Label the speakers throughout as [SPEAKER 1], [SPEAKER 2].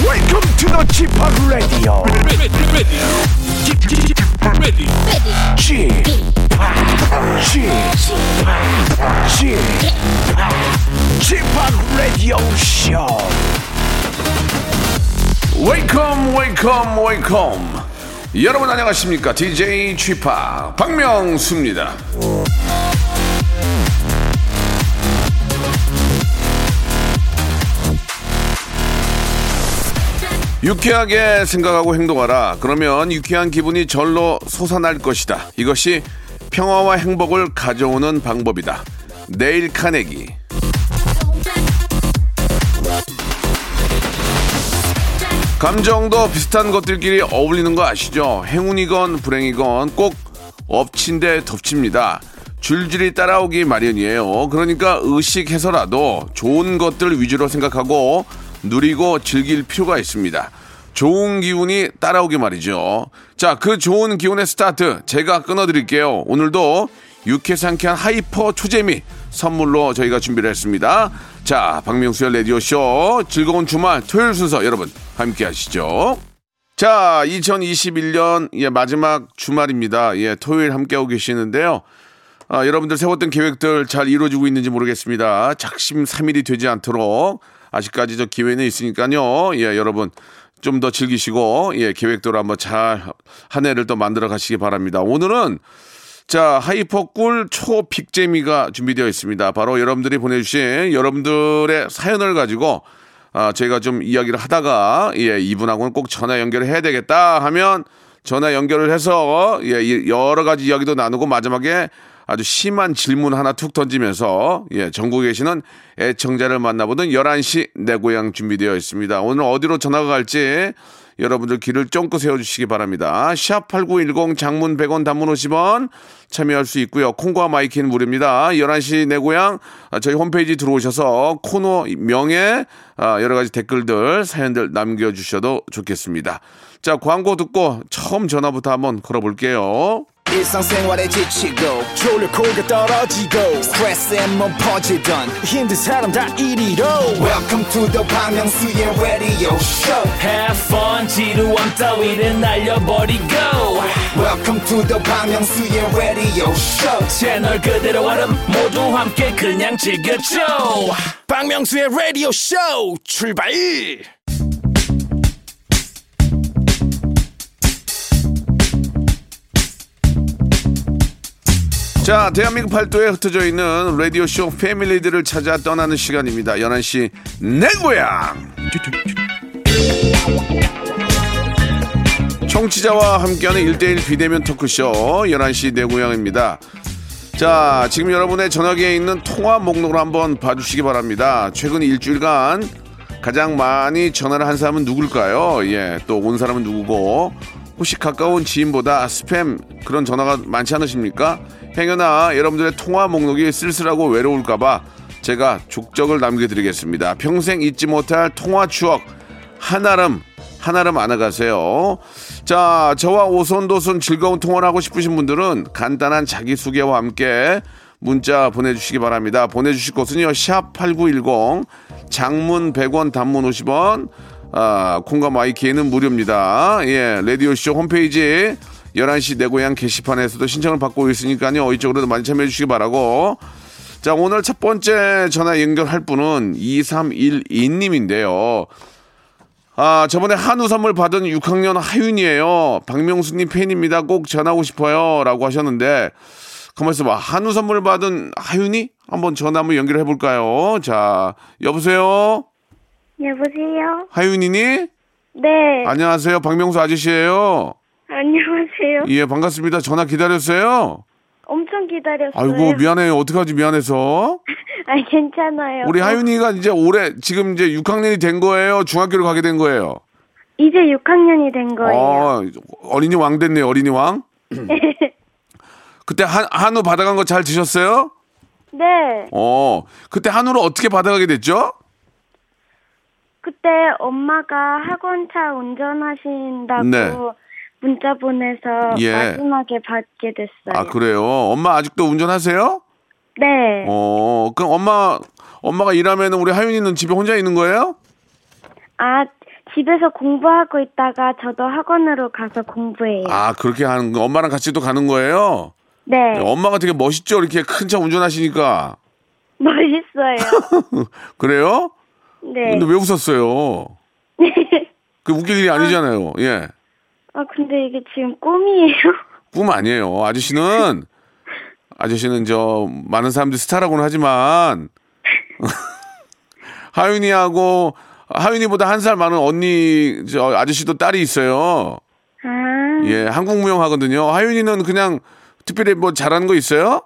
[SPEAKER 1] Welcome to the g p o p Radio.
[SPEAKER 2] ready, ready, ready, ready.
[SPEAKER 1] g p o p g p o p Radio Show.
[SPEAKER 3] 웨이컴 웨이컴 웨이컴 여러분 안녕하십니까 DJ 취파 박명수입니다 유쾌하게 생각하고 행동하라 그러면 유쾌한 기분이 절로 솟아날 것이다 이것이 평화와 행복을 가져오는 방법이다 내일 카네기 감정도 비슷한 것들끼리 어울리는 거 아시죠? 행운이건 불행이건 꼭 엎친 데 덮칩니다. 줄줄이 따라오기 마련이에요. 그러니까 의식해서라도 좋은 것들 위주로 생각하고 누리고 즐길 필요가 있습니다. 좋은 기운이 따라오기 말이죠. 자, 그 좋은 기운의 스타트 제가 끊어드릴게요. 오늘도 유쾌 상쾌한 하이퍼 초재미 선물로 저희가 준비를 했습니다. 자, 박명수의 라디오쇼 즐거운 주말 토요일 순서 여러분 함께 하시죠. 자, 2021년 예, 마지막 주말입니다. 예, 토요일 함께하고 계시는데요. 아, 여러분들 세웠던 계획들 잘 이루어지고 있는지 모르겠습니다. 작심 삼일이 되지 않도록 아직까지 저 기회는 있으니까요. 예, 여러분 좀 더 즐기시고 예, 계획대로 한번 잘 한 해를 또 만들어 가시기 바랍니다. 오늘은 자, 하이퍼 꿀 초빅재미가 준비되어 있습니다. 바로 여러분들이 보내주신 여러분들의 사연을 가지고 아, 저희가 좀 이야기를 하다가 예, 이분하고는 꼭 전화 연결을 해야 되겠다 하면 전화 연결을 해서 예, 이- 여러 가지 이야기도 나누고 마지막에 아주 심한 질문 하나 툭 던지면서 예, 전국에 계시는 애청자를 만나보는 11시 내 고향 준비되어 있습니다. 오늘 어디로 전화가 갈지 여러분들 귀를 쫑긋 세워주시기 바랍니다. 샵8910 장문 100원 단문 50원 참여할 수 있고요. 콩과 마이키는 무료입니다. 11시 내 고향 아, 저희 홈페이지 들어오셔서 코너 명예 아, 여러 가지 댓글들 사연들 남겨주셔도 좋겠습니다. 자 광고 듣고 처음 전화부터 한번 걸어볼게요.
[SPEAKER 4] 일상생활에 지치고,
[SPEAKER 1] 졸려 코가 떨어지고
[SPEAKER 4] 스트레스에 몸 퍼지던,
[SPEAKER 1] 힘든 사람 다 이리로.
[SPEAKER 4] welcome to the Bang Myung-soo's radio show
[SPEAKER 5] Have fun 지루함 따위를 날려버리고
[SPEAKER 4] welcome to the Bang Myung-soo's radio show
[SPEAKER 5] 채널 그대로 얼음 모두 함께 그냥 즐겨줘
[SPEAKER 1] 박명수의 라디오 쇼 출발.
[SPEAKER 3] 자, 대한민국 팔도에 흩어져 있는 라디오쇼 패밀리들을 찾아 떠나는 시간입니다. 11시 내 고향! 청취자와 함께하는 1대1 비대면 토크쇼 11시 내 고향입니다. 자, 지금 여러분의 전화기에 있는 통화 목록을 한번 봐주시기 바랍니다. 최근 일주일간 가장 많이 전화를 한 사람은 누굴까요? 예, 또 온 사람은 누구고? 혹시 가까운 지인보다 스팸 그런 전화가 많지 않으십니까? 행여나 여러분들의 통화 목록이 쓸쓸하고 외로울까봐 제가 족적을 남겨드리겠습니다. 평생 잊지 못할 통화 추억 한아름 한아름 안아가세요. 자, 저와 오손도손 즐거운 통화를 하고 싶으신 분들은 간단한 자기소개와 함께 문자 보내주시기 바랍니다. 보내주실 곳은요, 샵8910, 장문 100원, 단문 50원, 아, 콩과 마이키에는 무료입니다. 예, 라디오쇼 홈페이지 11시 내 고향 게시판에서도 신청을 받고 있으니까요, 이쪽으로도 많이 참여해 주시기 바라고, 자, 오늘 첫 번째 전화 연결할 분은 2312님인데요. 아, 저번에 한우 선물 받은 6학년 하윤이에요. 박명수님 팬입니다. 꼭 전하고 싶어요. 라고 하셨는데, 가만있어 봐. 한우 선물 받은 하윤이? 한번 전화 한번 연결해 볼까요? 자, 여보세요?
[SPEAKER 6] 여보세요?
[SPEAKER 3] 하윤이니?
[SPEAKER 6] 네.
[SPEAKER 3] 안녕하세요. 박명수 아저씨예요
[SPEAKER 6] 안녕하세요.
[SPEAKER 3] 예, 반갑습니다. 전화 기다렸어요?
[SPEAKER 6] 엄청 기다렸어요.
[SPEAKER 3] 아이고, 미안해요. 어떡하지, 미안해서.
[SPEAKER 6] 아니, 괜찮아요.
[SPEAKER 3] 우리 하윤이가 이제 올해, 지금 이제 6학년이 된 거예요? 중학교를 가게 된 거예요?
[SPEAKER 6] 이제 6학년이 된 거예요.
[SPEAKER 3] 어, 어린이 왕 됐네요, 어린이 왕. 그때 한, 한우 받아간 거 잘 드셨어요?
[SPEAKER 6] 네.
[SPEAKER 3] 어, 그때 한우를 어떻게 받아가게 됐죠?
[SPEAKER 6] 그때 엄마가 학원차 운전하신다고
[SPEAKER 3] 네.
[SPEAKER 6] 문자 보내서
[SPEAKER 3] 예.
[SPEAKER 6] 마지막에 받게 됐어요.
[SPEAKER 3] 아, 그래요? 엄마 아직도 운전하세요?
[SPEAKER 6] 네.
[SPEAKER 3] 어, 그럼 엄마, 엄마가 일하면 우리 하윤이는 집에 혼자 있는 거예요?
[SPEAKER 6] 아, 집에서 공부하고 있다가 저도 학원으로 가서 공부해요.
[SPEAKER 3] 아 그렇게 하는 거 엄마랑 같이 또 가는 거예요?
[SPEAKER 6] 네.
[SPEAKER 3] 엄마가 되게 멋있죠 이렇게 큰 차 운전하시니까
[SPEAKER 6] 멋있어요.
[SPEAKER 3] 그래요?
[SPEAKER 6] 네.
[SPEAKER 3] 근데 왜 웃었어요? 그 웃길 일이 아니잖아요. 예.
[SPEAKER 6] 아, 근데 이게 지금 꿈이에요?
[SPEAKER 3] 꿈 아니에요. 아저씨는 아저씨는 저 많은 사람들이 스타라고는 하지만 하윤이하고 하윤이보다 한 살 많은 언니 저 아저씨도 딸이 있어요.
[SPEAKER 6] 아,
[SPEAKER 3] 예, 한국 무용 하거든요. 하윤이는 그냥 특별히 뭐 잘하는 거 있어요?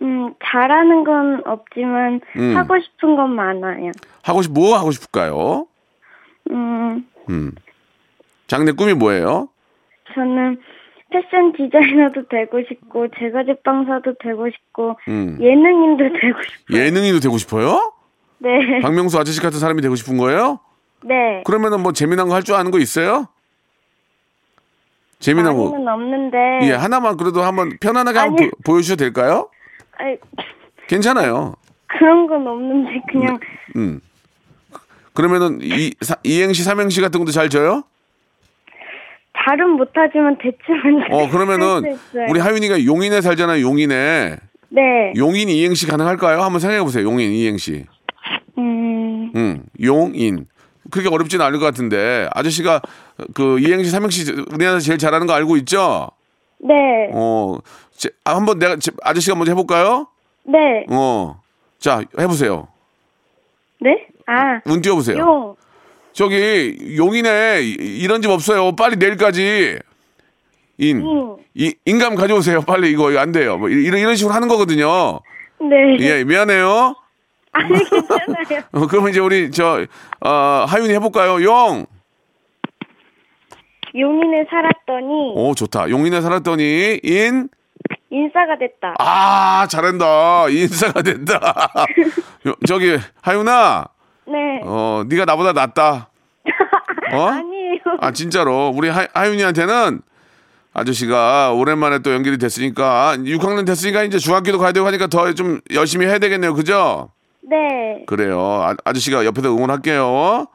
[SPEAKER 6] 음, 잘하는 건 없지만
[SPEAKER 3] 음.
[SPEAKER 6] 하고 싶은 건 많아요.
[SPEAKER 3] 하고 싶 뭐 하고 싶을까요?
[SPEAKER 6] 음,
[SPEAKER 3] 장래 꿈이 뭐예요?
[SPEAKER 6] 저는 패션 디자이너도 되고 싶고 제과제빵사도 되고 싶고
[SPEAKER 3] 음.
[SPEAKER 6] 예능인도 되고 싶어요.
[SPEAKER 3] 예능인도 되고 싶어요?
[SPEAKER 6] 네.
[SPEAKER 3] 박명수 아저씨 같은 사람이 되고 싶은 거예요?
[SPEAKER 6] 네.
[SPEAKER 3] 그러면은 뭐 재미난 거 할 줄 아는 거 있어요? 재미난 거.
[SPEAKER 6] 많이는 없는데
[SPEAKER 3] 뭐 예, 하나만 그래도 한번 편안하게 한번
[SPEAKER 6] 네. 아니요.
[SPEAKER 3] 보, 여주셔도 될까요?
[SPEAKER 6] 아이,
[SPEAKER 3] 괜찮아요.
[SPEAKER 6] 그런 건 없는데 그냥
[SPEAKER 3] 음. 그러면은 이 사, 이행시 삼행시 같은 것도 잘 져요?
[SPEAKER 6] 잘은 못하지만 대충은
[SPEAKER 3] 어 그러면은
[SPEAKER 6] 할수 있어요.
[SPEAKER 3] 우리 하윤이가 용인에 살잖아요. 용인에
[SPEAKER 6] 네.
[SPEAKER 3] 용인 이행시 가능할까요? 한번 생각해 보세요. 용인 이행시.
[SPEAKER 6] 음,
[SPEAKER 3] 음 용인 그렇게 어렵지는 않을 것 같은데 아저씨가 그 이행시 삼행시 우리나라 제일 잘하는 거 알고 있죠?
[SPEAKER 6] 네.
[SPEAKER 3] 어 제, 아, 한번 내가 제- 아저씨가 먼저 해볼까요?
[SPEAKER 6] 네.
[SPEAKER 3] 어. 어자 해보세요.
[SPEAKER 6] 네? 아,
[SPEAKER 3] 운 띄워보세요.
[SPEAKER 6] 용.
[SPEAKER 3] 저기 용인에 이- 이런 집 없어요. 빨리 내일까지 인,
[SPEAKER 6] 응.
[SPEAKER 3] 이, 인감 가져오세요. 빨리 이거 이거 안 돼요. 뭐 이- 이런 이런 식으로 하는 거거든요.
[SPEAKER 6] 네.
[SPEAKER 3] 예, 미안해요.
[SPEAKER 6] 아니 괜찮아요.
[SPEAKER 3] 어, 그러면 이제 우리 저 어, 하윤이 해볼까요? 용,
[SPEAKER 6] 용인에 살았더니
[SPEAKER 3] 오 좋다. 용인에 살았더니 인,
[SPEAKER 6] 인싸가 됐다.
[SPEAKER 3] 아 잘한다. 인사가 된다. 요- 저기 하윤아,
[SPEAKER 6] 네.
[SPEAKER 3] 어 네가 나보다 낫다. 어?
[SPEAKER 6] 아니에요.
[SPEAKER 3] 아 진짜로 우리 하, 하윤이한테는 아저씨가 오랜만에 또 연결이 됐으니까 아, 6학년 됐으니까 이제 중학교도 가야 되고 하니까 더 좀 열심히 해야 되겠네요 그죠?
[SPEAKER 6] 네.
[SPEAKER 3] 그래요 아, 아저씨가 옆에서 응원할게요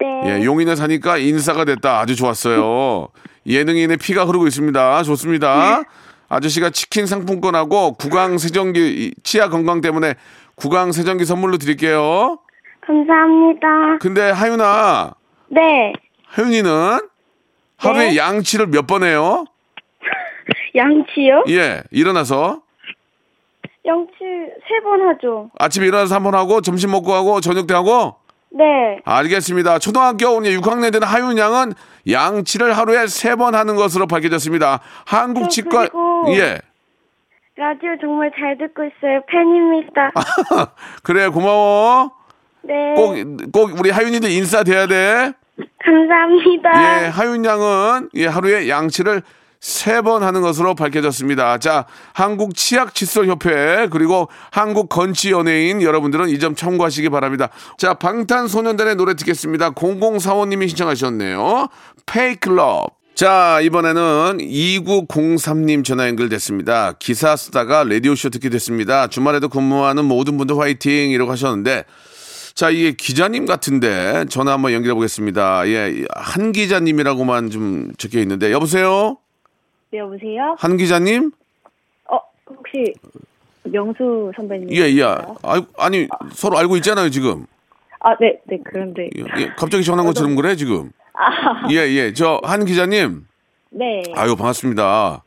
[SPEAKER 6] 네.
[SPEAKER 3] 예 용인에 사니까 인싸가 됐다 아주 좋았어요 예능인의 피가 흐르고 있습니다
[SPEAKER 6] 네.
[SPEAKER 3] 좋습니다 아저씨가 치킨 상품권하고 구강 세정기 이- 치아 건강 때문에 구강 세정기 선물로 드릴게요
[SPEAKER 6] 감사합니다.
[SPEAKER 3] 근데 하윤아
[SPEAKER 6] 네.
[SPEAKER 3] 하윤이는 하루에
[SPEAKER 6] 네.
[SPEAKER 3] 양치를 몇 번 해요?
[SPEAKER 6] 양치요?
[SPEAKER 3] 예, 일어나서
[SPEAKER 6] 양치 세 번 하죠.
[SPEAKER 3] 아침에 일어나서 한 번 하고 점심 먹고 하고 저녁 때 하고
[SPEAKER 6] 네.
[SPEAKER 3] 알겠습니다. 초등학교 예, 6학년 되는 하윤 양은 양치를 하루에 세 번 하는 것으로 밝혀졌습니다. 한국
[SPEAKER 6] 저
[SPEAKER 3] 치과
[SPEAKER 6] 어, 그리고-
[SPEAKER 3] 예.
[SPEAKER 6] 라디오 정말 잘 듣고 있어요. 팬입니다.
[SPEAKER 3] 아, 그래 고마워.
[SPEAKER 6] 네.
[SPEAKER 3] 꼭 꼭 우리 하윤이들 인싸 돼야 돼.
[SPEAKER 6] 감사합니다.
[SPEAKER 3] 예, 하윤 양은 예, 하루에 양치를 세 번 하는 것으로 밝혀졌습니다. 자, 한국 치약 칫솔 협회 그리고 한국 건치 연예인 여러분들은 이 점 참고하시기 바랍니다. 자, 방탄소년단의 노래 듣겠습니다. 0045님이 신청하셨네요. Fake Love. 자, 이번에는 2903님 전화 연결됐습니다. 기사 쓰다가 라디오쇼 듣게 됐습니다. 주말에도 근무하는 모든 분들 화이팅! 이라고 하셨는데, 자, 이게 기자님 같은데 전화 한번 연결해 보겠습니다. 예, 한 기자님이라고만 좀 적혀 있는데 여보세요.
[SPEAKER 7] 여보세요?
[SPEAKER 3] 한 기자님?
[SPEAKER 7] 어, 혹시 명수 선배님?
[SPEAKER 3] 예, 예. 아, 아니 서로 알고 있잖아요 지금.
[SPEAKER 7] 아, 네, 네, 그런데.
[SPEAKER 3] 예, 예, 갑자기 전화한 것처럼 그래 지금.
[SPEAKER 7] 아,
[SPEAKER 3] 예, 예. 저 한 기자님.
[SPEAKER 7] 네.
[SPEAKER 3] 아유 반갑습니다.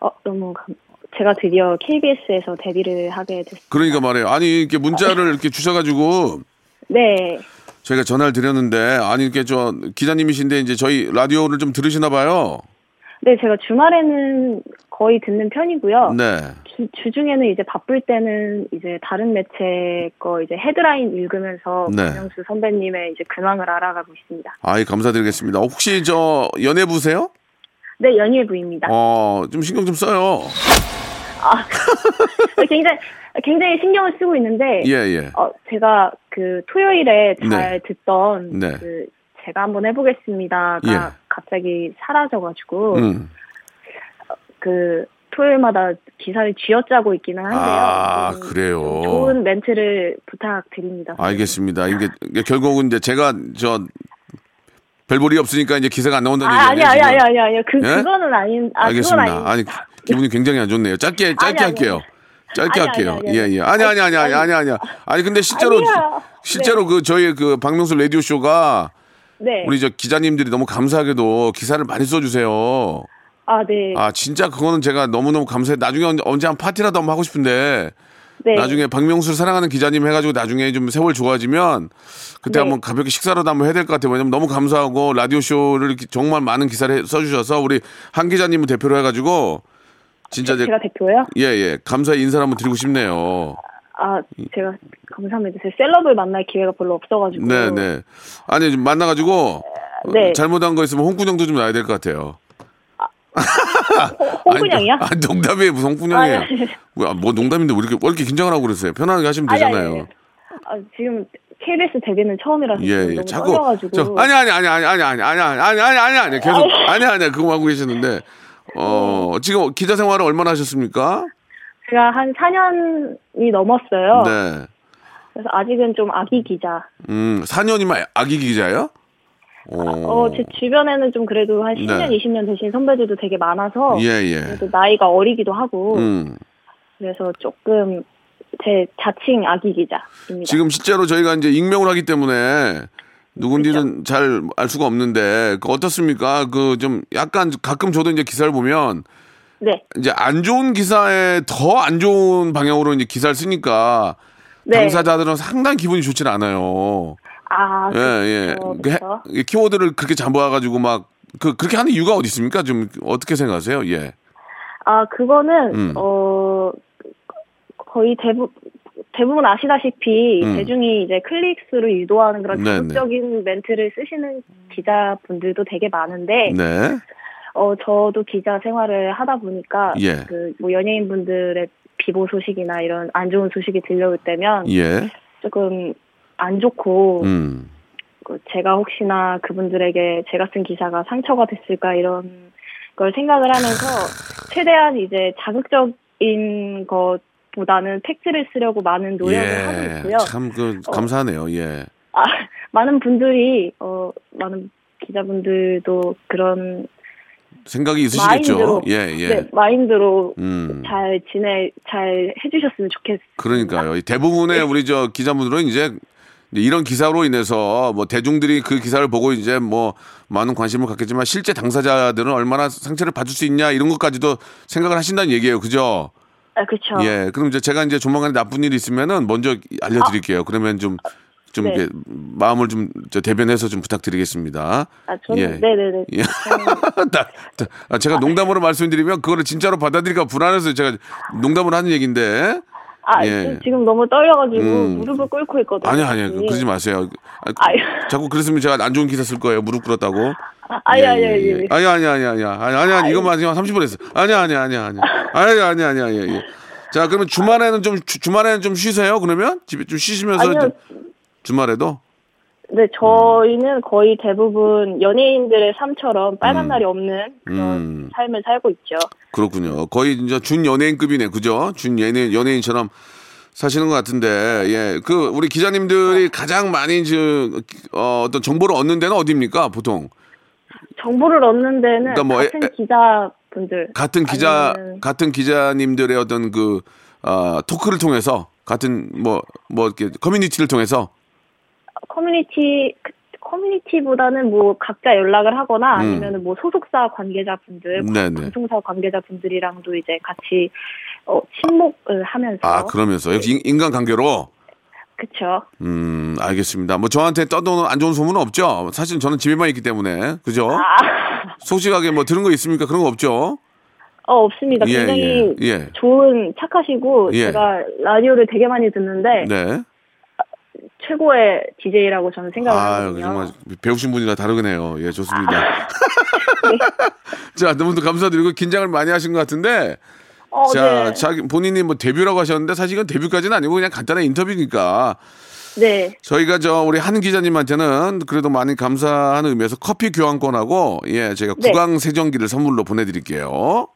[SPEAKER 7] 어, 너무 감... 제가 드디어 KBS에서 데뷔를 하게 됐어요.
[SPEAKER 3] 그러니까 말이에요. 아니 이렇게 문자를 이렇게 주셔가지고
[SPEAKER 7] 네.
[SPEAKER 3] 저희가 전화를 드렸는데 아니 이렇게 저 기자님이신데 이제 저희 라디오를 좀 들으시나 봐요.
[SPEAKER 7] 네, 제가 주말에는 거의 듣는 편이고요.
[SPEAKER 3] 네.
[SPEAKER 7] 주, 주중에는 이제 바쁠 때는 이제 다른 매체 거 이제 헤드라인 읽으면서
[SPEAKER 3] 네.
[SPEAKER 7] 명수 선배님의 이제 근황을 알아가고 있습니다.
[SPEAKER 3] 아이 감사드리겠습니다. 혹시 저 연예부세요?
[SPEAKER 7] 네, 연예부입니다.
[SPEAKER 3] 어, 좀 신경 좀 써요.
[SPEAKER 7] 네, 굉장히 굉장히 신경을 쓰고 있는데
[SPEAKER 3] 예, 예.
[SPEAKER 7] 어, 제가 그 토요일에 잘 듣던
[SPEAKER 3] 네.
[SPEAKER 7] 그 제가 한번 해보겠습니다가
[SPEAKER 3] 예.
[SPEAKER 7] 갑자기 사라져가지고
[SPEAKER 3] 음.
[SPEAKER 7] 그 토요일마다 기사를 쥐어짜고 있기는 한데요.
[SPEAKER 3] 아,
[SPEAKER 7] 음,
[SPEAKER 3] 그래요.
[SPEAKER 7] 좋은 멘트를 부탁드립니다.
[SPEAKER 3] 알겠습니다. 이게, 이게 결국은 이제 제가 저 별볼이 없으니까 이제 기사가 안 나온다는
[SPEAKER 7] 아, 아니,
[SPEAKER 3] 얘기예요.
[SPEAKER 7] 아니, 아니, 아니, 아니. 그,
[SPEAKER 3] 예?
[SPEAKER 7] 그거는 아닌, 아,
[SPEAKER 3] 알겠습니다.
[SPEAKER 7] 그건 아닌.
[SPEAKER 3] 아니 기분이 굉장히 안 좋네요. 짧게 짧게
[SPEAKER 7] 아니,
[SPEAKER 3] 할게요. 짧게
[SPEAKER 7] 아니,
[SPEAKER 3] 할게요.
[SPEAKER 7] 아니, 아니, 아니.
[SPEAKER 3] 예예. 아니 아니 아니 아니 아니 아니. 아니 근데 실제로
[SPEAKER 7] 아니에요.
[SPEAKER 3] 실제로 그 저희 그 박명수 라디오 쇼가
[SPEAKER 7] 네.
[SPEAKER 3] 우리 저 기자님들이 너무 감사하게도 기사를 많이 써주세요.
[SPEAKER 7] 아, 네.
[SPEAKER 3] 아 진짜 그거는 제가 너무 너무 감사해. 나중에 언제, 언제 한 파티라도 한번 하고 싶은데
[SPEAKER 7] 네.
[SPEAKER 3] 나중에 박명수를 사랑하는 기자님 해가지고 나중에 좀 세월 좋아지면 그때
[SPEAKER 7] 네.
[SPEAKER 3] 한번 가볍게 식사라도 한번 해야 될 것 같아요. 왜냐면 너무 감사하고 라디오 쇼를 이렇게 정말 많은 기사를 해- 써주셔서 우리 한 기자님을 대표로 해가지고 진짜 이제
[SPEAKER 7] 제가 대표예요?
[SPEAKER 3] 예예 감사의 인사를 한번 드리고 싶네요.
[SPEAKER 7] 아,
[SPEAKER 3] 음.
[SPEAKER 7] 제가 감사합니다. 제 셀럽을 만날 기회가 별로 없어가지고.
[SPEAKER 3] 네네 아니 좀 만나가지고 어,
[SPEAKER 7] 음. 네.
[SPEAKER 3] 잘못한 거 있으면 홍군형도 좀 나야 될 것 같아요.
[SPEAKER 7] 홍군형이요?
[SPEAKER 3] 아니, 아니, 농담이에요 무슨 홍군형이에요.
[SPEAKER 7] 아, 네.
[SPEAKER 3] 뭐야, 뭐 농담인데 왜 이렇게 왜 이렇게 긴장을 하고 그러세요? 편안하게 하시면
[SPEAKER 7] 아니, 아니,
[SPEAKER 3] 되잖아요.
[SPEAKER 7] 아니. 아, 지금 KBS 데뷔는 처음이라서
[SPEAKER 3] 예, 예.
[SPEAKER 7] 너무
[SPEAKER 3] 자꾸
[SPEAKER 7] 떨려가지고.
[SPEAKER 3] 저 아니 아니 아니 아니 아니 아니 아니 아니 아니 아니 아니 계속 아니 아니 그거 하고 계시는데 어
[SPEAKER 7] 음.
[SPEAKER 3] 지금 기자 생활을 얼마나 하셨습니까?
[SPEAKER 7] 제가 한 4년이 넘었어요.
[SPEAKER 3] 네.
[SPEAKER 7] 그래서 아직은 좀 아기 기자.
[SPEAKER 3] 음, 4년이면 아기 기자예요?
[SPEAKER 7] 어, 제 주변에는 좀 그래도 한
[SPEAKER 3] 네.
[SPEAKER 7] 10년, 20년 되신 선배들도 되게 많아서.
[SPEAKER 3] 예, 예.
[SPEAKER 7] 그래도 나이가 어리기도 하고.
[SPEAKER 3] 음.
[SPEAKER 7] 그래서 조금 제 자칭 아기 기자입니다.
[SPEAKER 3] 지금 실제로 저희가 이제 익명을 하기 때문에 누군지는 잘 알 수가 없는데 그 어떻습니까? 그 좀 약간 가끔 저도 이제 기사를 보면
[SPEAKER 7] 네.
[SPEAKER 3] 이제 안 좋은 기사에 더 안 좋은 방향으로 이제 기사를 쓰니까
[SPEAKER 7] 네.
[SPEAKER 3] 당사자들은 상당히 기분이 좋지 않아요.
[SPEAKER 7] 아,
[SPEAKER 3] 예, 예.
[SPEAKER 7] 그렇죠.
[SPEAKER 3] 그 해-
[SPEAKER 7] 그렇죠.
[SPEAKER 3] 이 키워드를 그렇게 잠보아가지고 막, 그, 그렇게 하는 이유가 어디 있습니까? 좀, 어떻게 생각하세요? 예.
[SPEAKER 7] 아, 그거는,
[SPEAKER 3] 음.
[SPEAKER 7] 어, 거의 대부, 대부분 아시다시피,
[SPEAKER 3] 음.
[SPEAKER 7] 대중이 이제 클릭수를 유도하는 그런
[SPEAKER 3] 네네.
[SPEAKER 7] 자극적인 멘트를 쓰시는 기자분들도 되게 많은데,
[SPEAKER 3] 네.
[SPEAKER 7] 어, 저도 기자 생활을 하다 보니까,
[SPEAKER 3] 예.
[SPEAKER 7] 그, 뭐, 연예인분들의 비보 소식이나 이런 안 좋은 소식이 들려올 때면,
[SPEAKER 3] 예.
[SPEAKER 7] 조금 안 좋고,
[SPEAKER 3] 음.
[SPEAKER 7] 그 제가 혹시나 그분들에게 제가 쓴 기사가 상처가 됐을까 이런 걸 생각을 하면서 최대한 이제 자극적인 것보다는 팩트를 쓰려고 많은 노력을 하고
[SPEAKER 3] 예.
[SPEAKER 7] 있고요.
[SPEAKER 3] 참, 그,
[SPEAKER 7] 어.
[SPEAKER 3] 감사하네요. 예.
[SPEAKER 7] 아, 많은 분들이 어, 많은 기자분들도 그런
[SPEAKER 3] 생각이 있으시겠죠?
[SPEAKER 7] 마인드로.
[SPEAKER 3] 예, 예.
[SPEAKER 7] 네, 마인드로
[SPEAKER 3] 음.
[SPEAKER 7] 잘 지내 잘 해주셨으면 좋겠어요.
[SPEAKER 3] 그러니까요. 이
[SPEAKER 7] 네.
[SPEAKER 3] 대부분의 우리 저 기자분들은 이제 이런 기사로 인해서 뭐 대중들이 그 기사를 보고 이제 뭐 많은 관심을 갖겠지만 실제 당사자들은 얼마나 상처를 받을 수 있냐 이런 것까지도 생각을 하신다는 얘기예요. 그죠?
[SPEAKER 7] 아, 그렇죠.
[SPEAKER 3] 예. 그럼 이제 제가 이제 조만간에 나쁜 일이 있으면은 먼저 알려드릴게요. 그러면 좀, 좀
[SPEAKER 7] 아. 네.
[SPEAKER 3] 이렇게 마음을 좀 저 대변해서 좀 부탁드리겠습니다.
[SPEAKER 7] 아, 저는
[SPEAKER 3] 예.
[SPEAKER 7] 네네네.
[SPEAKER 3] 예. 나- 나- 아, 제가 농담으로 말씀드리면 그거를 진짜로 받아들일까 불안해서 제가 농담을 하는 얘기인데.
[SPEAKER 7] 아,
[SPEAKER 3] 예.
[SPEAKER 7] 지금- 지금 너무 떨려가지고
[SPEAKER 3] 음.
[SPEAKER 7] 무릎을 꿇고 있거든요.
[SPEAKER 3] 아니 아니
[SPEAKER 7] 지금.
[SPEAKER 3] 그러지 마세요. 아,
[SPEAKER 7] 예. 아유.
[SPEAKER 3] 자꾸 그랬으면 제가 안 좋은 기사 쓸 거예요. 무릎 꿇었다고.
[SPEAKER 7] 아니, 예, 아니, 아니, 아니.
[SPEAKER 3] 예, 아니 아니 아니 아니 아니 아니 아니 이것만 그냥 30분 했어. 아니 아니 아니 아니 아니 아니 아니 아니 예, 예. 자 그러면 주말에는 좀 주, 말에는좀 쉬세요. 그러면 집에 좀 쉬시면서
[SPEAKER 7] 아니요.
[SPEAKER 3] 좀- 주말에도
[SPEAKER 7] 네, 저희는 거의 대부분 연예인들의 삶처럼 빨간 날이 없는 그런
[SPEAKER 3] 음.
[SPEAKER 7] 삶을 살고 있죠.
[SPEAKER 3] 그렇군요. 거의 이제 준 연예인급이네, 그죠? 준 연예인 연예인처럼 사시는 것 같은데 예, 그 우리 기자님들이 가장 많이 저, 어, 어떤 정보를 얻는 데는 어디입니까? 보통
[SPEAKER 7] 정보를 얻는 데는
[SPEAKER 3] 그러니까 뭐 에-
[SPEAKER 7] 같은
[SPEAKER 3] 에-
[SPEAKER 7] 기자분들
[SPEAKER 3] 같은 기자
[SPEAKER 7] 아니면은-
[SPEAKER 3] 같은 기자님들의 어떤 그 아, 토크를 통해서 같은 뭐 뭐 이렇게 커뮤니티를 통해서
[SPEAKER 7] 커뮤니티 그- 커뮤니티보다는 뭐 각자 연락을 하거나
[SPEAKER 3] 음.
[SPEAKER 7] 아니면은 뭐 소속사 관계자분들, 뭐
[SPEAKER 3] 네네.
[SPEAKER 7] 방송사 관계자분들이랑도 이제 같이 어, 친목을 하면서
[SPEAKER 3] 아 그러면서
[SPEAKER 7] 네.
[SPEAKER 3] 역시 인간 관계로
[SPEAKER 7] 그쵸?
[SPEAKER 3] 음 알겠습니다. 뭐 저한테 떠도는 안 좋은 소문은 없죠. 사실 저는 집에만 있기 때문에 그죠?
[SPEAKER 7] 아,
[SPEAKER 3] 소식하게 뭐 들은 거 있습니까? 그런 거 없죠?
[SPEAKER 7] 어 없습니다.
[SPEAKER 3] 예,
[SPEAKER 7] 굉장히
[SPEAKER 3] 예, 예.
[SPEAKER 7] 좋은 착하시고
[SPEAKER 3] 예.
[SPEAKER 7] 제가 라디오를 되게 많이 듣는데
[SPEAKER 3] 네.
[SPEAKER 7] 최고의 DJ라고 저는 생각을
[SPEAKER 3] 아,
[SPEAKER 7] 하거든요. 아.
[SPEAKER 3] 정말 배우신 분이라 다르네요. 예, 좋습니다. 자, 너무도 감사드리고 긴장을 많이 하신 것 같은데
[SPEAKER 7] 어,
[SPEAKER 3] 자,
[SPEAKER 7] 네.
[SPEAKER 3] 자기 본인이 뭐 데뷔라고 하셨는데 사실 이건 데뷔까지는 아니고 그냥 간단한 인터뷰니까
[SPEAKER 7] 네.
[SPEAKER 3] 저희가 저 우리 한 기자님한테는 그래도 많이 감사하는 의미에서 커피 교환권하고 예, 제가
[SPEAKER 7] 네.
[SPEAKER 3] 구강 세정기를 선물로 보내드릴게요.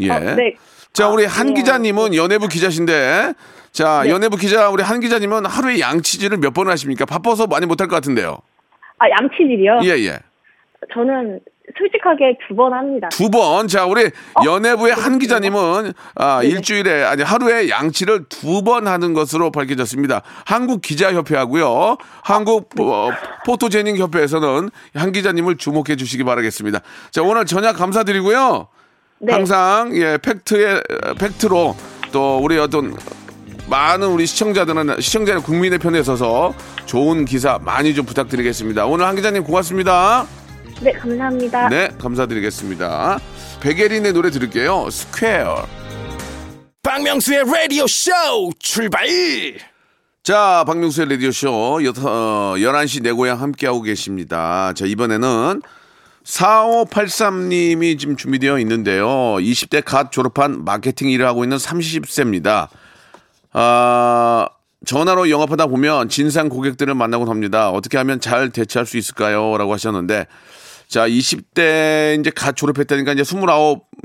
[SPEAKER 3] 예.
[SPEAKER 7] 어, 네.
[SPEAKER 3] 자, 우리
[SPEAKER 7] 아,
[SPEAKER 3] 한
[SPEAKER 7] 네.
[SPEAKER 3] 기자님은 연예부 기자신데 자, 연예부 기자 우리 한 기자님은 하루에 양치질을 몇 번 하십니까? 바빠서 많이 못할 것 같은데요.
[SPEAKER 7] 아, 양치질이요?
[SPEAKER 3] 예, 예.
[SPEAKER 7] 저는 솔직하게 두 번 합니다.
[SPEAKER 8] 두 번. 자, 우리 어? 네, 연예부의 한 기자님은 아, 일주일에 아니 하루에 양치를 두 번 하는 것으로 밝혀졌습니다. 한국 기자협회하고요. 한국 어, 포토제닝 협회에서는 한 기자님을 주목해 주시기 바라겠습니다. 자, 오늘 저녁 감사드리고요.
[SPEAKER 7] 네.
[SPEAKER 8] 항상 예, 팩트의 팩트로 또 우리 어떤 많은 우리 시청자들은 시청자 국민의 편에 서서 좋은 기사 많이 좀 부탁드리겠습니다. 오늘 한 기자님 고맙습니다.
[SPEAKER 7] 네, 감사합니다.
[SPEAKER 8] 네, 감사드리겠습니다. 백예린의 노래 들을게요. 스퀘어.
[SPEAKER 3] 박명수의 라디오 쇼 출발!
[SPEAKER 8] 자, 박명수의 라디오쇼 여, 어, 11시 내 고향 함께하고 계십니다. 자, 이번에는 4583님이 지금 준비되어 있는데요. 20대 갓 졸업한 마케팅 일을 하고 있는 30세입니다. 아, 전화로 영업하다 보면 진상 고객들을 만나곤 합니다. 어떻게 하면 잘 대처할 수 있을까요? 라고 하셨는데, 자, 20대 이제 갓 졸업했다니까 이제 29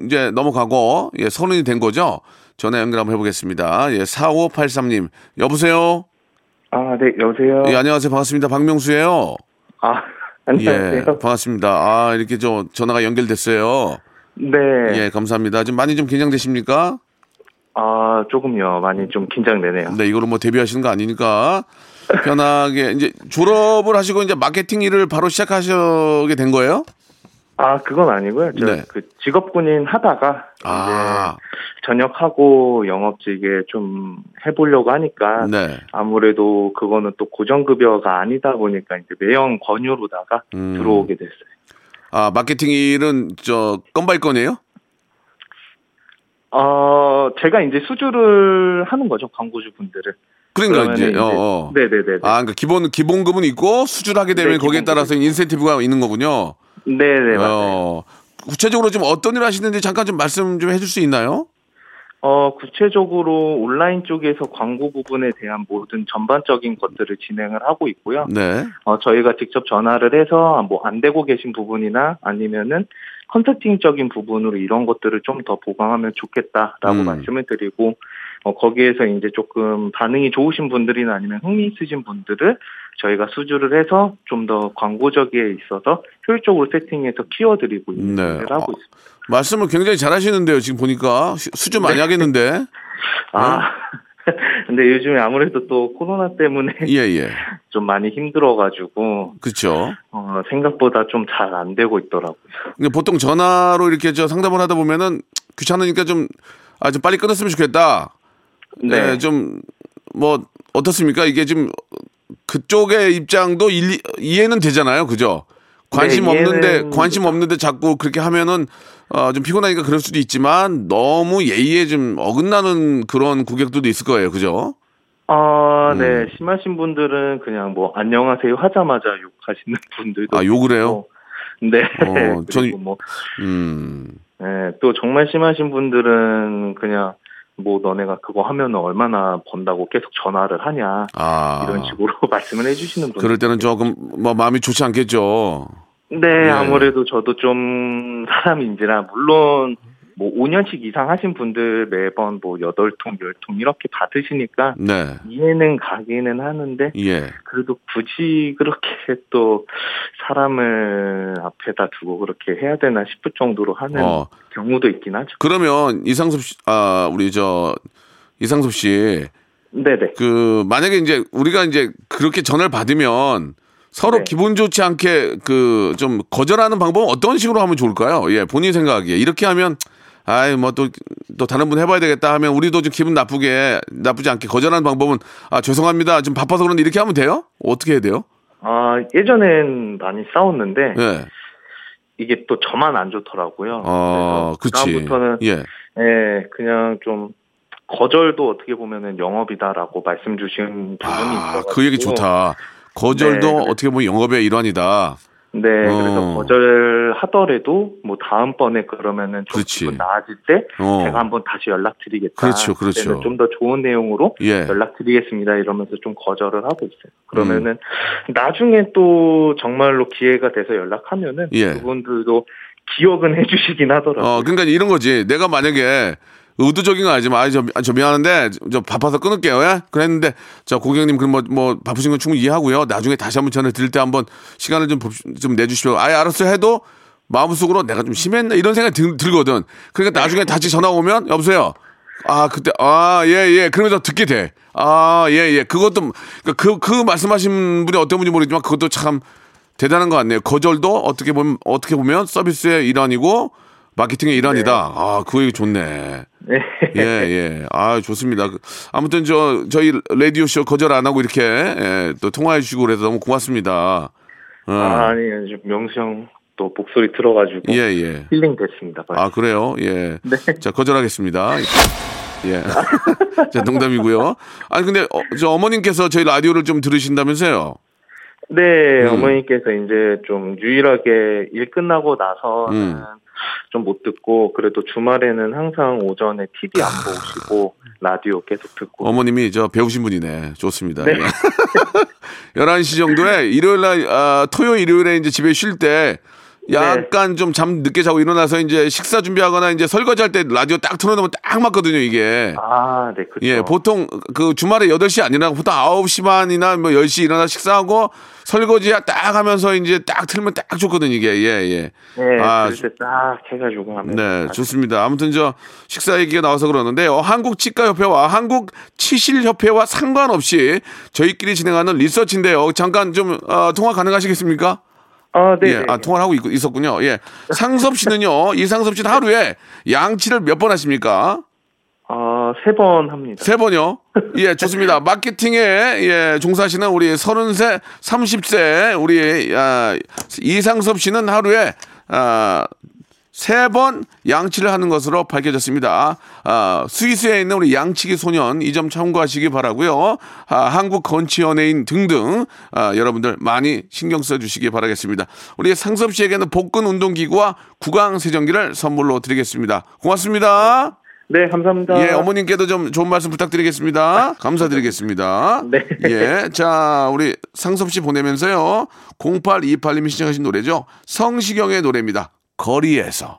[SPEAKER 8] 이제 넘어가고, 예, 서른이 된 거죠? 전화 연결 한번 해보겠습니다. 예, 4583님. 여보세요?
[SPEAKER 9] 아, 네, 여보세요?
[SPEAKER 8] 예, 안녕하세요. 반갑습니다. 박명수예요
[SPEAKER 9] 아,
[SPEAKER 8] 예,
[SPEAKER 9] 안녕하세요.
[SPEAKER 8] 반갑습니다. 아, 이렇게 저 전화가 연결됐어요.
[SPEAKER 9] 네.
[SPEAKER 8] 예, 감사합니다. 지금 많이 좀 긴장되십니까?
[SPEAKER 9] 아, 조금요. 많이 좀 긴장되네요.
[SPEAKER 8] 네, 이거로 뭐 데뷔하시는 거 아니니까 편하게 이제 졸업을 하시고 이제 마케팅 일을 바로 시작하시게 된 거예요?
[SPEAKER 9] 아, 그건 아니고요. 저,
[SPEAKER 8] 네.
[SPEAKER 9] 그, 직업군인 하다가,
[SPEAKER 8] 아.
[SPEAKER 9] 이제, 전역하고 영업직에 좀 해보려고 하니까,
[SPEAKER 8] 네.
[SPEAKER 9] 아무래도 그거는 또 고정급여가 아니다 보니까, 이제 매형 권유로다가
[SPEAKER 8] 음.
[SPEAKER 9] 들어오게 됐어요.
[SPEAKER 8] 아, 마케팅 일은 저 건발 건이에요?
[SPEAKER 9] 어, 제가 이제 수주를 하는 거죠, 광고주분들을.
[SPEAKER 8] 그러니까
[SPEAKER 9] 그러면은
[SPEAKER 8] 이제 어, 어.
[SPEAKER 9] 네네네.
[SPEAKER 8] 아, 그러니까 기본 기본급은 있고 수주를 하게 되면
[SPEAKER 9] 네,
[SPEAKER 8] 거기에
[SPEAKER 9] 기본급이-
[SPEAKER 8] 따라서 인센티브가 있는 거군요.
[SPEAKER 9] 네네, 맞아요.
[SPEAKER 8] 어. 구체적으로 좀 어떤 일을 하시는지 잠깐 좀 말씀 좀 해줄 수 있나요?
[SPEAKER 9] 어, 구체적으로 온라인 쪽에서 광고 부분에 대한 모든 전반적인 것들을 진행을 하고 있고요.
[SPEAKER 8] 네.
[SPEAKER 9] 어, 저희가 직접 전화를 해서 뭐 안 되고 계신 부분이나 아니면은 컨설팅적인 부분으로 이런 것들을 좀 더 보강하면 좋겠다라고
[SPEAKER 8] 음.
[SPEAKER 9] 말씀을 드리고 어, 거기에서 이제 조금 반응이 좋으신 분들이나 아니면 흥미 있으신 분들을 저희가 수주를 해서 좀 더 광고적에 있어서 효율적으로 세팅해서 키워드리고 있는
[SPEAKER 8] 네.
[SPEAKER 9] 일을 하고 있습니다.
[SPEAKER 8] 말씀을 굉장히 잘하시는데요. 지금 보니까 수- 수주 많이 하겠는데.
[SPEAKER 9] 아,
[SPEAKER 8] 네.
[SPEAKER 9] 근데 요즘에 아무래도 또 코로나 때문에
[SPEAKER 8] 예, 예.
[SPEAKER 9] 좀 많이 힘들어가지고
[SPEAKER 8] 그렇죠.
[SPEAKER 9] 어, 생각보다 좀 잘 안 되고 있더라고요.
[SPEAKER 8] 근데 보통 전화로 이렇게 저 상담을 하다 보면은 귀찮으니까 좀, 아, 좀 빨리 끊었으면 좋겠다.
[SPEAKER 9] 네.
[SPEAKER 8] 예, 좀, 뭐, 어떻습니까? 이게 지금 그쪽의 입장도 일리, 이해는 되잖아요. 그죠? 관심
[SPEAKER 9] 네, 이해는-
[SPEAKER 8] 없는데, 관심 없는데 자꾸 그렇게 하면은, 어, 좀 피곤하니까 그럴 수도 있지만 너무 예의에 좀 어긋나는 그런 고객들도 있을 거예요. 그죠?
[SPEAKER 9] 아,
[SPEAKER 8] 음.
[SPEAKER 9] 네 심하신 분들은 그냥 뭐 안녕하세요 하자마자 욕하시는 분들도
[SPEAKER 8] 아, 욕을 해요?
[SPEAKER 9] 있고. 네.
[SPEAKER 8] 어,
[SPEAKER 9] 그리고
[SPEAKER 8] 저는-
[SPEAKER 9] 뭐,
[SPEAKER 8] 음.
[SPEAKER 9] 예, 또 정말 심하신 분들은 그냥 뭐 너네가 그거 하면 얼마나 번다고 계속 전화를 하냐
[SPEAKER 8] 아.
[SPEAKER 9] 이런 식으로 말씀을 해주시는 분들.
[SPEAKER 8] 그럴 때는 조금 뭐 마음이 좋지 않겠죠.
[SPEAKER 9] 네,
[SPEAKER 8] 예.
[SPEAKER 9] 아무래도 저도 좀 사람인지라 물론 뭐 5년씩 이상 하신 분들 매번 뭐 8통, 10통 이렇게 받으시니까
[SPEAKER 8] 네.
[SPEAKER 9] 이해는 가기는 하는데
[SPEAKER 8] 예.
[SPEAKER 9] 그래도 굳이 그렇게 또 사람을 앞에다 두고 그렇게 해야 되나 싶을 정도로 하는
[SPEAKER 8] 어.
[SPEAKER 9] 경우도 있긴 하죠.
[SPEAKER 8] 그러면 이상섭 씨, 아, 우리 저 이상섭 씨,
[SPEAKER 9] 네네.
[SPEAKER 8] 그 만약에 이제 우리가 이제 그렇게 전화를 받으면 서로
[SPEAKER 9] 네.
[SPEAKER 8] 기분 좋지 않게 그 좀 거절하는 방법은 어떤 식으로 하면 좋을까요? 예, 본인 생각이에 이렇게 하면 아이 뭐 또 또 다른 분 해봐야 되겠다 하면 우리도 좀 기분 나쁘게 나쁘지 않게 거절하는 방법은 아 죄송합니다 좀 바빠서 그런데 이렇게 하면 돼요? 어떻게 해야 돼요?
[SPEAKER 9] 아, 예전엔 많이 싸웠는데
[SPEAKER 8] 예,
[SPEAKER 9] 이게 또 저만 안 좋더라고요.
[SPEAKER 8] 어,
[SPEAKER 9] 그래서
[SPEAKER 8] 그렇지.
[SPEAKER 9] 다음부터는
[SPEAKER 8] 예,
[SPEAKER 9] 예, 그냥 좀 거절도 어떻게 보면은 영업이다라고 말씀 주신 부분이
[SPEAKER 8] 아,
[SPEAKER 9] 있어가지고
[SPEAKER 8] 그 얘기 좋다. 거절도
[SPEAKER 9] 네, 그래.
[SPEAKER 8] 어떻게 보면 영업의 일환이다.
[SPEAKER 9] 네,
[SPEAKER 8] 어.
[SPEAKER 9] 그래서 거절하더라도 뭐 다음번에 그러면은 좀
[SPEAKER 8] 그렇지.
[SPEAKER 9] 기분 나아질 때
[SPEAKER 8] 어.
[SPEAKER 9] 제가 한번 다시 연락드리겠다.
[SPEAKER 8] 그렇죠, 그렇죠.
[SPEAKER 9] 좀 더 좋은 내용으로
[SPEAKER 8] 예.
[SPEAKER 9] 연락드리겠습니다 이러면서 좀 거절을 하고 있어요. 그러면은
[SPEAKER 8] 음.
[SPEAKER 9] 나중에 또 정말로 기회가 돼서 연락하면은
[SPEAKER 8] 예.
[SPEAKER 9] 그분들도 기억은 해주시긴 하더라고요.
[SPEAKER 8] 어, 그러니까 이런 거지. 내가 만약에 의도적인 건 아니지만 아저 저 미안한데 저 바빠서 끊을게요. 예? 그랬는데 자 고객님 그럼 뭐, 뭐 바쁘신 건 충분히 이해하고요. 나중에 다시 한번 전화 드릴 때 한번 시간을 좀, 봅시- 좀 내주십시오. 아예 알았어 해도 마음속으로 내가 좀 심했나 이런 생각이 들, 들거든. 그러니까 나중에 다시 전화 오면 여보세요. 아 그때 아 예 예 그러면서 듣게 돼. 아 예 예 그것도 그 그 말씀하신 분이 어떤 분인지 모르겠지만 그것도 참 대단한 것 같네요. 거절도 어떻게 보면 어떻게 보면 서비스의 일환이고 마케팅의 일환이다. 아 그 얘기 좋네.
[SPEAKER 9] 네.
[SPEAKER 8] 예, 예. 아, 좋습니다. 그, 아무튼 저 저희 라디오 쇼 거절 안 하고 이렇게 예, 또 통화해 주시고 그래서 너무 고맙습니다. 어.
[SPEAKER 9] 아, 아니, 요 명수 형 또 목소리 들어가지고
[SPEAKER 8] 예, 예.
[SPEAKER 9] 힐링 됐습니다.
[SPEAKER 8] 아, 그래요? 예.
[SPEAKER 9] 네.
[SPEAKER 8] 자, 거절하겠습니다. 예. 자, 농담이고요. 아니 근데 어, 저 어머님께서 저희 라디오를 좀 들으신다면서요.
[SPEAKER 9] 네,
[SPEAKER 8] 음.
[SPEAKER 9] 어머니께서 이제 좀 유일하게 일 끝나고 나서는
[SPEAKER 8] 음.
[SPEAKER 9] 좀 못 듣고 그래도 주말에는 항상 오전에 TV
[SPEAKER 8] 아.
[SPEAKER 9] 안 보시고 라디오 계속 듣고
[SPEAKER 8] 어머님이 저 배우신 분이네. 좋습니다.
[SPEAKER 9] 네.
[SPEAKER 8] 예. 11시 정도에 일요일 날 아, 토요 일요일에 이제 집에 쉴 때 약간 좀 잠 늦게 자고 일어나서 이제 식사 준비하거나 이제 설거지 할 때 라디오 딱 틀어 놓으면 딱 맞거든요, 이게.
[SPEAKER 9] 아, 네, 그렇죠.
[SPEAKER 8] 예, 보통 그 주말에 8시 안 일어나고 보통 9시 반이나 뭐 10시 일어나 식사하고 설거지 딱 하면서 이제 딱 틀면 딱 좋거든요, 이게. 예, 예.
[SPEAKER 9] 네,
[SPEAKER 8] 아,
[SPEAKER 9] 그럴 때딱 해가지고 하면
[SPEAKER 8] 네, 좋습니다. 아무튼 저 식사 얘기가 나와서 그러는데 요 한국 치과 협회와 한국 치실 협회와 상관없이 저희끼리 진행하는 리서치인데요. 잠깐 좀 어, 통화 가능하시겠습니까?
[SPEAKER 9] 아, 네,
[SPEAKER 8] 예,
[SPEAKER 9] 네.
[SPEAKER 8] 아 통화를 하고 있, 었군요 예, 상섭 씨는요. 이 상섭 씨는 하루에 양치를 몇 번 하십니까?
[SPEAKER 9] 아, 세 번 합니다.
[SPEAKER 8] 세 번요. 예, 좋습니다. 마케팅에 예, 종사하시는 우리 서른 세, 삼십 세 우리 아, 이상섭 씨는 하루에 아, 세 번 양치를 하는 것으로 밝혀졌습니다. 아, 스위스에 있는 우리 양치기 소년 이 점 참고하시기 바라고요. 아, 한국 건치연예인 등등 아, 여러분들 많이 신경 써주시기 바라겠습니다. 우리 상섭 씨에게는 복근 운동기구와 구강 세정기를 선물로 드리겠습니다. 고맙습니다.
[SPEAKER 9] 네, 감사합니다.
[SPEAKER 8] 예, 어머님께도 좀 좋은 말씀 부탁드리겠습니다. 감사드리겠습니다.
[SPEAKER 9] 네.
[SPEAKER 8] 예, 자, 우리 상섭 씨 보내면서요. 0828님이 신청하신 노래죠. 성시경의 노래입니다. 거리에서.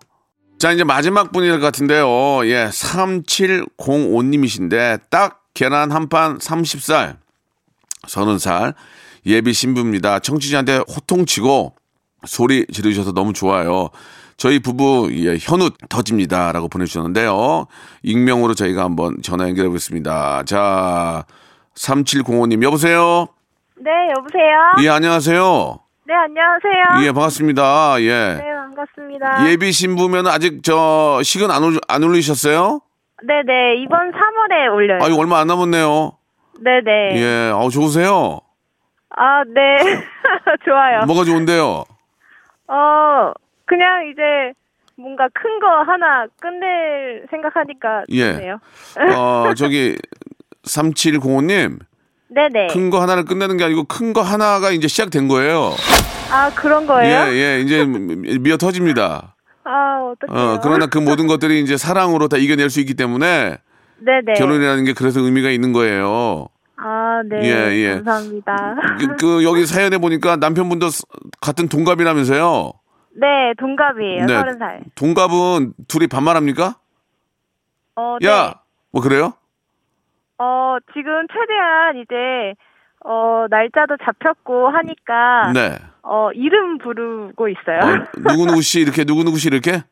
[SPEAKER 8] 자, 이제 마지막 분일 것 같은데요. 예, 3705님이신데, 딱 계란 한 판 30살, 30살, 예비 신부입니다. 청취자한테 호통치고 소리 지르셔서 너무 좋아요. 저희 부부 예, 현우 터집니다라고 보내주셨는데요. 익명으로 저희가 한번 전화 연결해 보겠습니다. 자, 3705님 여보세요.
[SPEAKER 7] 네, 여보세요?
[SPEAKER 8] 예 안녕하세요.
[SPEAKER 7] 네, 안녕하세요.
[SPEAKER 8] 예 반갑습니다. 예
[SPEAKER 7] 네, 반갑습니다.
[SPEAKER 8] 예비 신부면 아직 저 식은 안, 올, 안 올리셨어요?
[SPEAKER 7] 네, 네, 이번 3월에 올려요.
[SPEAKER 8] 아유 얼마 안 남았네요.
[SPEAKER 7] 네, 네.
[SPEAKER 8] 예, 아우 좋으세요.
[SPEAKER 7] 아, 네. 좋아요.
[SPEAKER 8] 뭐가 좋은데요?
[SPEAKER 7] 어, 그냥 이제 뭔가 큰 거 하나 끝낼 생각하니까
[SPEAKER 8] 예.
[SPEAKER 7] 좋네요.
[SPEAKER 8] 어 저기 3705님
[SPEAKER 7] 네, 네.
[SPEAKER 8] 큰 거 하나를 끝내는 게 아니고 큰 거 하나가 이제 시작된 거예요.
[SPEAKER 7] 아, 그런 거예요?
[SPEAKER 8] 예, 예, 이제 미어 터집니다.
[SPEAKER 7] 아, 어떡해요.
[SPEAKER 8] 어, 그러나 그 모든 것들이 이제 사랑으로 다 이겨낼 수 있기 때문에
[SPEAKER 7] 네, 네.
[SPEAKER 8] 결혼이라는 게 그래서 의미가 있는 거예요.
[SPEAKER 7] 아, 네.
[SPEAKER 8] 예, 예.
[SPEAKER 7] 감사합니다.
[SPEAKER 8] 그, 그 여기 사연에 보니까 남편분도 스- 같은 동갑이라면서요.
[SPEAKER 7] 네, 동갑이에요.
[SPEAKER 8] 네.
[SPEAKER 7] 서른 살.
[SPEAKER 8] 동갑은 둘이 반말합니까?
[SPEAKER 7] 어,
[SPEAKER 8] 야,
[SPEAKER 7] 네.
[SPEAKER 8] 뭐 그래요?
[SPEAKER 7] 어, 지금 최대한 이제 어, 날짜도 잡혔고 하니까
[SPEAKER 8] 네.
[SPEAKER 7] 어, 이름 부르고 있어요.
[SPEAKER 8] 어, 누구 누구 씨 이렇게 누구 누구 씨 이렇게?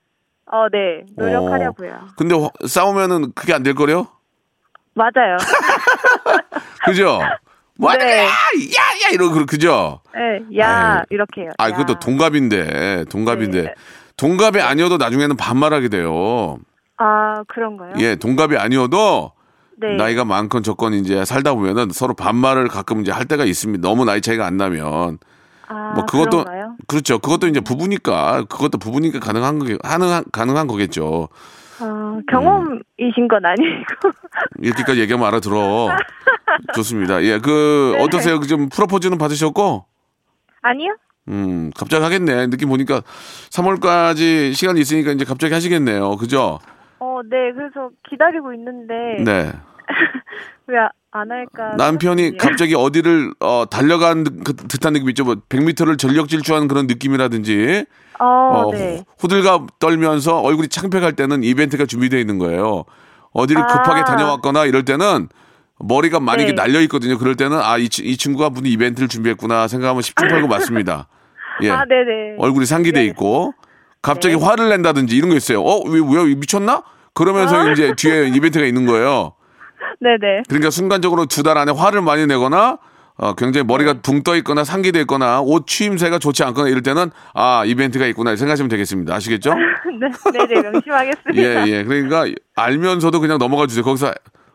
[SPEAKER 7] 어, 네. 노력하려고요.
[SPEAKER 8] 어, 근데 화- 싸우면은 그게 안 될 거래요?
[SPEAKER 7] 맞아요.
[SPEAKER 8] 그죠? 뭐 하는
[SPEAKER 7] 네.
[SPEAKER 8] 거야? 야, 야 이러고 그- 그죠?
[SPEAKER 7] 네. 야,
[SPEAKER 8] 아유.
[SPEAKER 7] 이렇게요.
[SPEAKER 8] 아,
[SPEAKER 7] 야.
[SPEAKER 8] 그것도 동갑인데, 동갑인데.
[SPEAKER 7] 네.
[SPEAKER 8] 동갑이 아니어도 나중에는 반말하게 돼요.
[SPEAKER 7] 아, 그런가요?
[SPEAKER 8] 예, 동갑이 아니어도
[SPEAKER 7] 네.
[SPEAKER 8] 나이가 많건 적건 이제 살다 보면은 서로 반말을 가끔 이제 할 때가 있습니다. 너무 나이 차이가 안 나면.
[SPEAKER 7] 아,
[SPEAKER 8] 뭐 그것도
[SPEAKER 7] 그런가요?
[SPEAKER 8] 그렇죠 그것도 이제 부부니까 그것도 부부니까 가능한 거 가능한 가능한 거겠죠.
[SPEAKER 7] 아, 경험이신 건 아니고.
[SPEAKER 8] 이렇게까지 얘기하면 알아들어. 좋습니다. 예, 그
[SPEAKER 7] 네.
[SPEAKER 8] 어떠세요? 그좀 프로포즈는 받으셨고
[SPEAKER 7] 아니요?
[SPEAKER 8] 음, 갑자기 하겠네. 느낌 보니까 3월까지 시간이 있으니까 이제 갑자기 하시겠네요. 그죠?
[SPEAKER 7] 어, 네. 그래서 기다리고 있는데
[SPEAKER 8] 네.
[SPEAKER 7] 왜 안 할까?
[SPEAKER 8] 남편이
[SPEAKER 7] 생각이에요.
[SPEAKER 8] 갑자기 어디를 어, 달려간 듯- 그 듯한 느낌 있죠. 뭐 100m를 전력 질주하는 그런 느낌이라든지
[SPEAKER 7] 어,
[SPEAKER 8] 어,
[SPEAKER 7] 네.
[SPEAKER 8] 호들갑 떨면서 얼굴이 창백할 때는 이벤트가 준비되어 있는 거예요.
[SPEAKER 3] 어디를
[SPEAKER 7] 아.
[SPEAKER 3] 급하게 다녀왔거나 이럴 때는 머리가 많이
[SPEAKER 7] 네.
[SPEAKER 3] 이렇게 날려 있거든요. 그럴 때는 아, 이, 치- 이 친구가 무슨 이벤트를 준비했구나 생각하면 10중 8구 맞습니다. 예.
[SPEAKER 7] 아, 네네. 예. 네.
[SPEAKER 3] 얼굴이 상기돼 있고 갑자기 화를 낸다든지 이런 거 있어요. 어, 왜, 왜 미쳤나? 그러면서
[SPEAKER 7] 아.
[SPEAKER 3] 이제 뒤에 이벤트가 있는 거예요.
[SPEAKER 7] 네네.
[SPEAKER 3] 그러니까 순간적으로 두 달 안에 화를 많이 내거나 어, 굉장히
[SPEAKER 7] 네.
[SPEAKER 3] 머리가 붕 떠 있거나 상기돼 있거나 옷 취임새가 좋지 않거나 이럴 때는 아 이벤트가 있구나 생각하시면 되겠습니다. 아시겠죠?
[SPEAKER 7] 네, 네네. 명심하겠습니다.
[SPEAKER 3] 예예. 그러니까 알면서도 그냥 넘어가 주세요. 거기서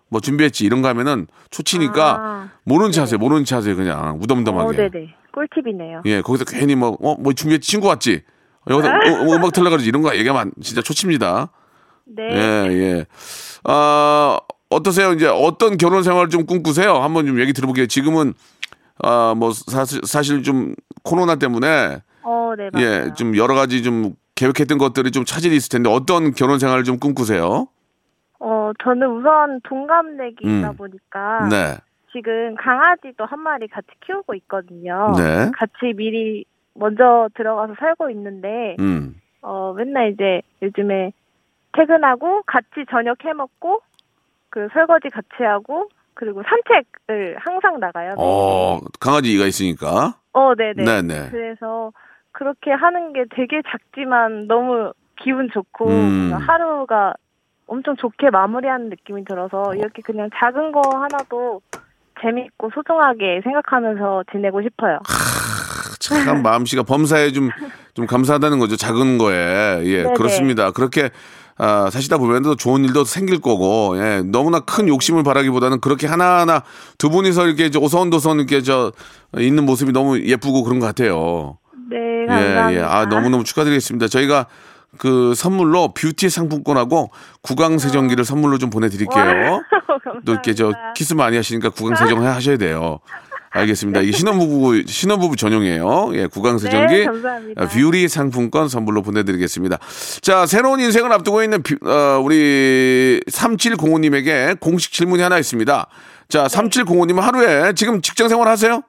[SPEAKER 3] 뭐 준비했지 이런 거 하면은 초치니까
[SPEAKER 7] 아.
[SPEAKER 3] 모르는 체 하세요. 모르는 체 하세요. 그냥
[SPEAKER 7] 어,
[SPEAKER 3] 우덤덤하게.
[SPEAKER 7] 네네. 꿀팁이네요.
[SPEAKER 3] 예 거기서 괜히 뭐 어 뭐 준비했지 친구 왔지. 여기서 음- 음악 틀려가지고 이런 거 얘기하면 안- 진짜 초치입니다.
[SPEAKER 7] 네.
[SPEAKER 3] 예, 예. 아, 어떠세요? 이제 어떤 결혼 생활 좀 꿈꾸세요? 한번 좀 얘기 들어볼게요. 지금은 아, 뭐 사실 사실 좀 코로나 때문에
[SPEAKER 7] 어, 네, 맞아요.
[SPEAKER 3] 예, 좀 여러 가지 좀 계획했던 것들이 좀 차질이 있을 텐데 어떤 결혼 생활을 좀 꿈꾸세요?
[SPEAKER 7] 어, 저는 우선 동갑내기이다
[SPEAKER 3] 음.
[SPEAKER 7] 보니까
[SPEAKER 3] 네.
[SPEAKER 7] 지금 강아지도 한 마리 같이 키우고 있거든요.
[SPEAKER 3] 네.
[SPEAKER 7] 같이 미리 먼저 들어가서 살고 있는데
[SPEAKER 3] 음.
[SPEAKER 7] 어, 맨날 이제 요즘에 퇴근하고 같이 저녁 해 먹고 그 설거지 같이 하고 그리고 산책을 항상 나가요.
[SPEAKER 3] 어, 강아지가 있으니까.
[SPEAKER 7] 어, 네네.
[SPEAKER 3] 네, 네.
[SPEAKER 7] 그래서 그렇게 하는 게 되게 작지만 너무 기분 좋고
[SPEAKER 3] 음.
[SPEAKER 7] 그냥 하루가 엄청 좋게 마무리하는 느낌이 들어서 이렇게 그냥 작은 거 하나도 재밌고 소중하게 생각하면서 지내고 싶어요. 아.
[SPEAKER 3] 참 마음씨가 범사에 좀, 좀 감사하다는 거죠. 작은 거에. 예,
[SPEAKER 7] 네네.
[SPEAKER 3] 그렇습니다. 그렇게, 아, 사시다 보면 또 좋은 일도 생길 거고, 예, 너무나 큰 욕심을 바라기보다는 그렇게 하나하나 두 분이서 이렇게 저 오선도선 이렇게 저 있는 모습이 너무 예쁘고 그런 것 같아요.
[SPEAKER 7] 네, 감사합니다.
[SPEAKER 3] 예, 예. 아, 너무너무 축하드리겠습니다. 저희가 그 선물로 뷰티 상품권하고 구강세정기를 선물로 좀 보내드릴게요.
[SPEAKER 7] 네,
[SPEAKER 3] 또 이렇게 저 키스 많이 하시니까 구강세정 하셔야 돼요. 알겠습니다. 이게 신혼부부, 신혼부부 전용이에요. 예, 구강세정기.
[SPEAKER 7] 네, 감사합니다.
[SPEAKER 3] 아, 뷰리 상품권 선물로 보내드리겠습니다. 자, 새로운 인생을 앞두고 있는 뷰- 어, 우리 3705님에게 공식 질문이 하나 있습니다. 자, 3705님은 하루에 지금 직장 생활 하세요?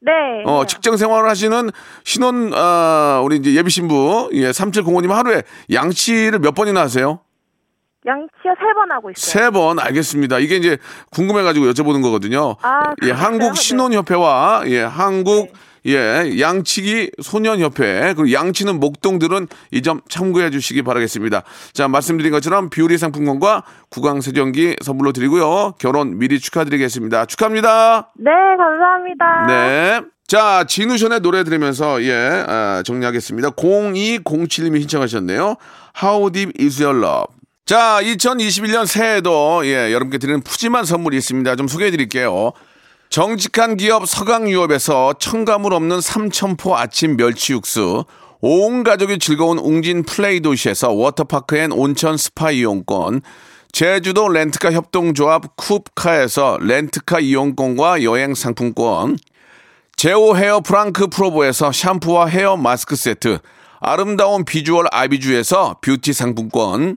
[SPEAKER 7] 네.
[SPEAKER 3] 어, 직장 생활을 하시는 신혼, 아, 우리 이제 예비신부, 예, 3705님 하루에 양치를 몇 번이나 하세요?
[SPEAKER 7] 양치요 세 번 하고 있어요.
[SPEAKER 3] 세 번, 알겠습니다. 이게 이제 궁금해가지고 여쭤보는 거거든요.
[SPEAKER 7] 아,
[SPEAKER 3] 예,
[SPEAKER 7] 그러세요? 네.
[SPEAKER 3] 한국신혼협회와, 예, 한국, 예, 양치기 소년협회, 그리고 양치는 목동들은 이 점 참고해 주시기 바라겠습니다. 자, 말씀드린 것처럼 뷰리 상품권과 구강세정기 선물로 드리고요. 결혼 미리 축하드리겠습니다. 축하합니다.
[SPEAKER 7] 네, 감사합니다.
[SPEAKER 3] 네. 자, 진우션의 노래 들으면서, 예, 아, 정리하겠습니다. 0207님이 신청하셨네요. How deep is your love? 자, 2021년 새해에도, 예, 여러분께 드리는 푸짐한 선물이 있습니다. 좀 소개해 드릴게요. 정직한 기업 서강유업에서 첨가물 없는 삼천포 아침 멸치 육수, 온 가족이 즐거운 웅진 플레이 도시에서 워터파크 앤 온천 스파 이용권, 제주도 렌트카 협동조합 쿱카에서 렌트카 이용권과 여행 상품권, 제오 헤어 프랑크 프로보에서 샴푸와 헤어 마스크 세트, 아름다운 비주얼 아비주에서 뷰티 상품권,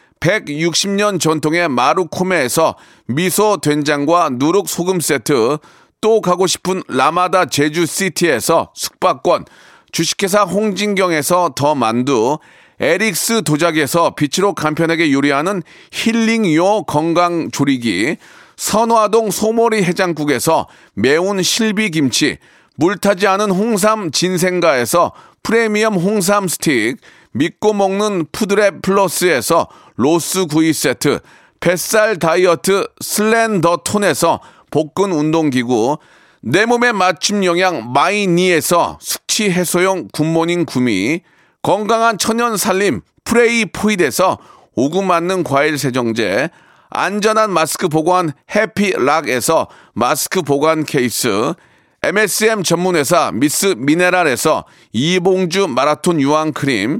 [SPEAKER 3] 160년 전통의 마루코메에서 미소 된장과 누룩 소금 세트 또 가고 싶은 라마다 제주시티에서 숙박권 주식회사 홍진경에서 더 만두, 에릭스 도자기에서 빛으로 간편하게 요리하는 힐링요 건강조리기, 선화동 소머리 해장국에서 매운 실비김치, 물타지 않은 홍삼 진생가에서 프리미엄 홍삼 스틱, 믿고 먹는 푸드랩 플러스에서 로스 구이 세트, 뱃살 다이어트 슬렌더 톤에서 복근 운동기구, 내 몸에 맞춤 영양 마이니에서 숙취 해소용 굿모닝 구미, 건강한 천연 살림 프레이 포이드에서 오구 맞는 과일 세정제, 안전한 마스크 보관 해피락에서 마스크 보관 케이스, MSM 전문회사 미스 미네랄에서 이봉주 마라톤 유황 크림,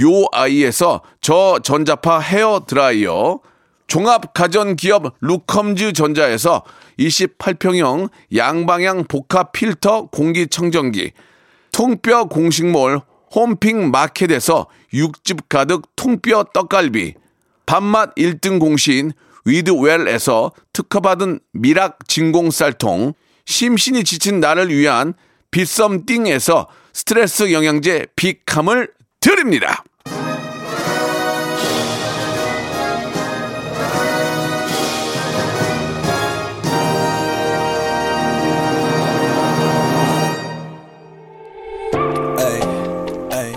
[SPEAKER 3] 요아이에서 저전자파 헤어 드라이어, 종합 가전 기업 루컴즈 전자에서 28평형 양방향 복합 필터 공기 청정기, 통뼈 공식몰 홈핑 마켓에서 육즙 가득 통뼈 떡갈비, 밥맛 1등 공신 위드웰에서 특허받은 미락 진공 쌀통, 심신이 지친 나를 위한 빗썸띵에서 스트레스 영양제 비캄을 드립니다.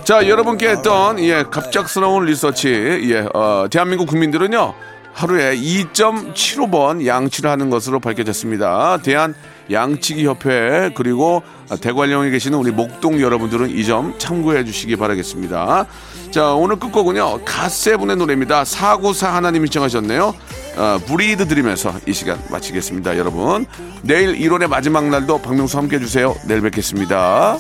[SPEAKER 3] 자, 여러분께 했던 예, 갑작스러운 리서치. 예, 어, 대한민국 국민들은요. 하루에 2.75번 양치를 하는 것으로 밝혀졌습니다. 대한 양치기 협회 그리고 대관령에 계시는 우리 목동 여러분들은 이 점 참고해 주시기 바라겠습니다. 자, 오늘 끝곡은요. 갓세븐의 노래입니다. 494 하나님이 신청하셨네요. 어, 브리드 드리면서 이 시간 마치겠습니다. 여러분. 내일 1월의 마지막 날도 박명수 함께 해 주세요. 내일 뵙겠습니다.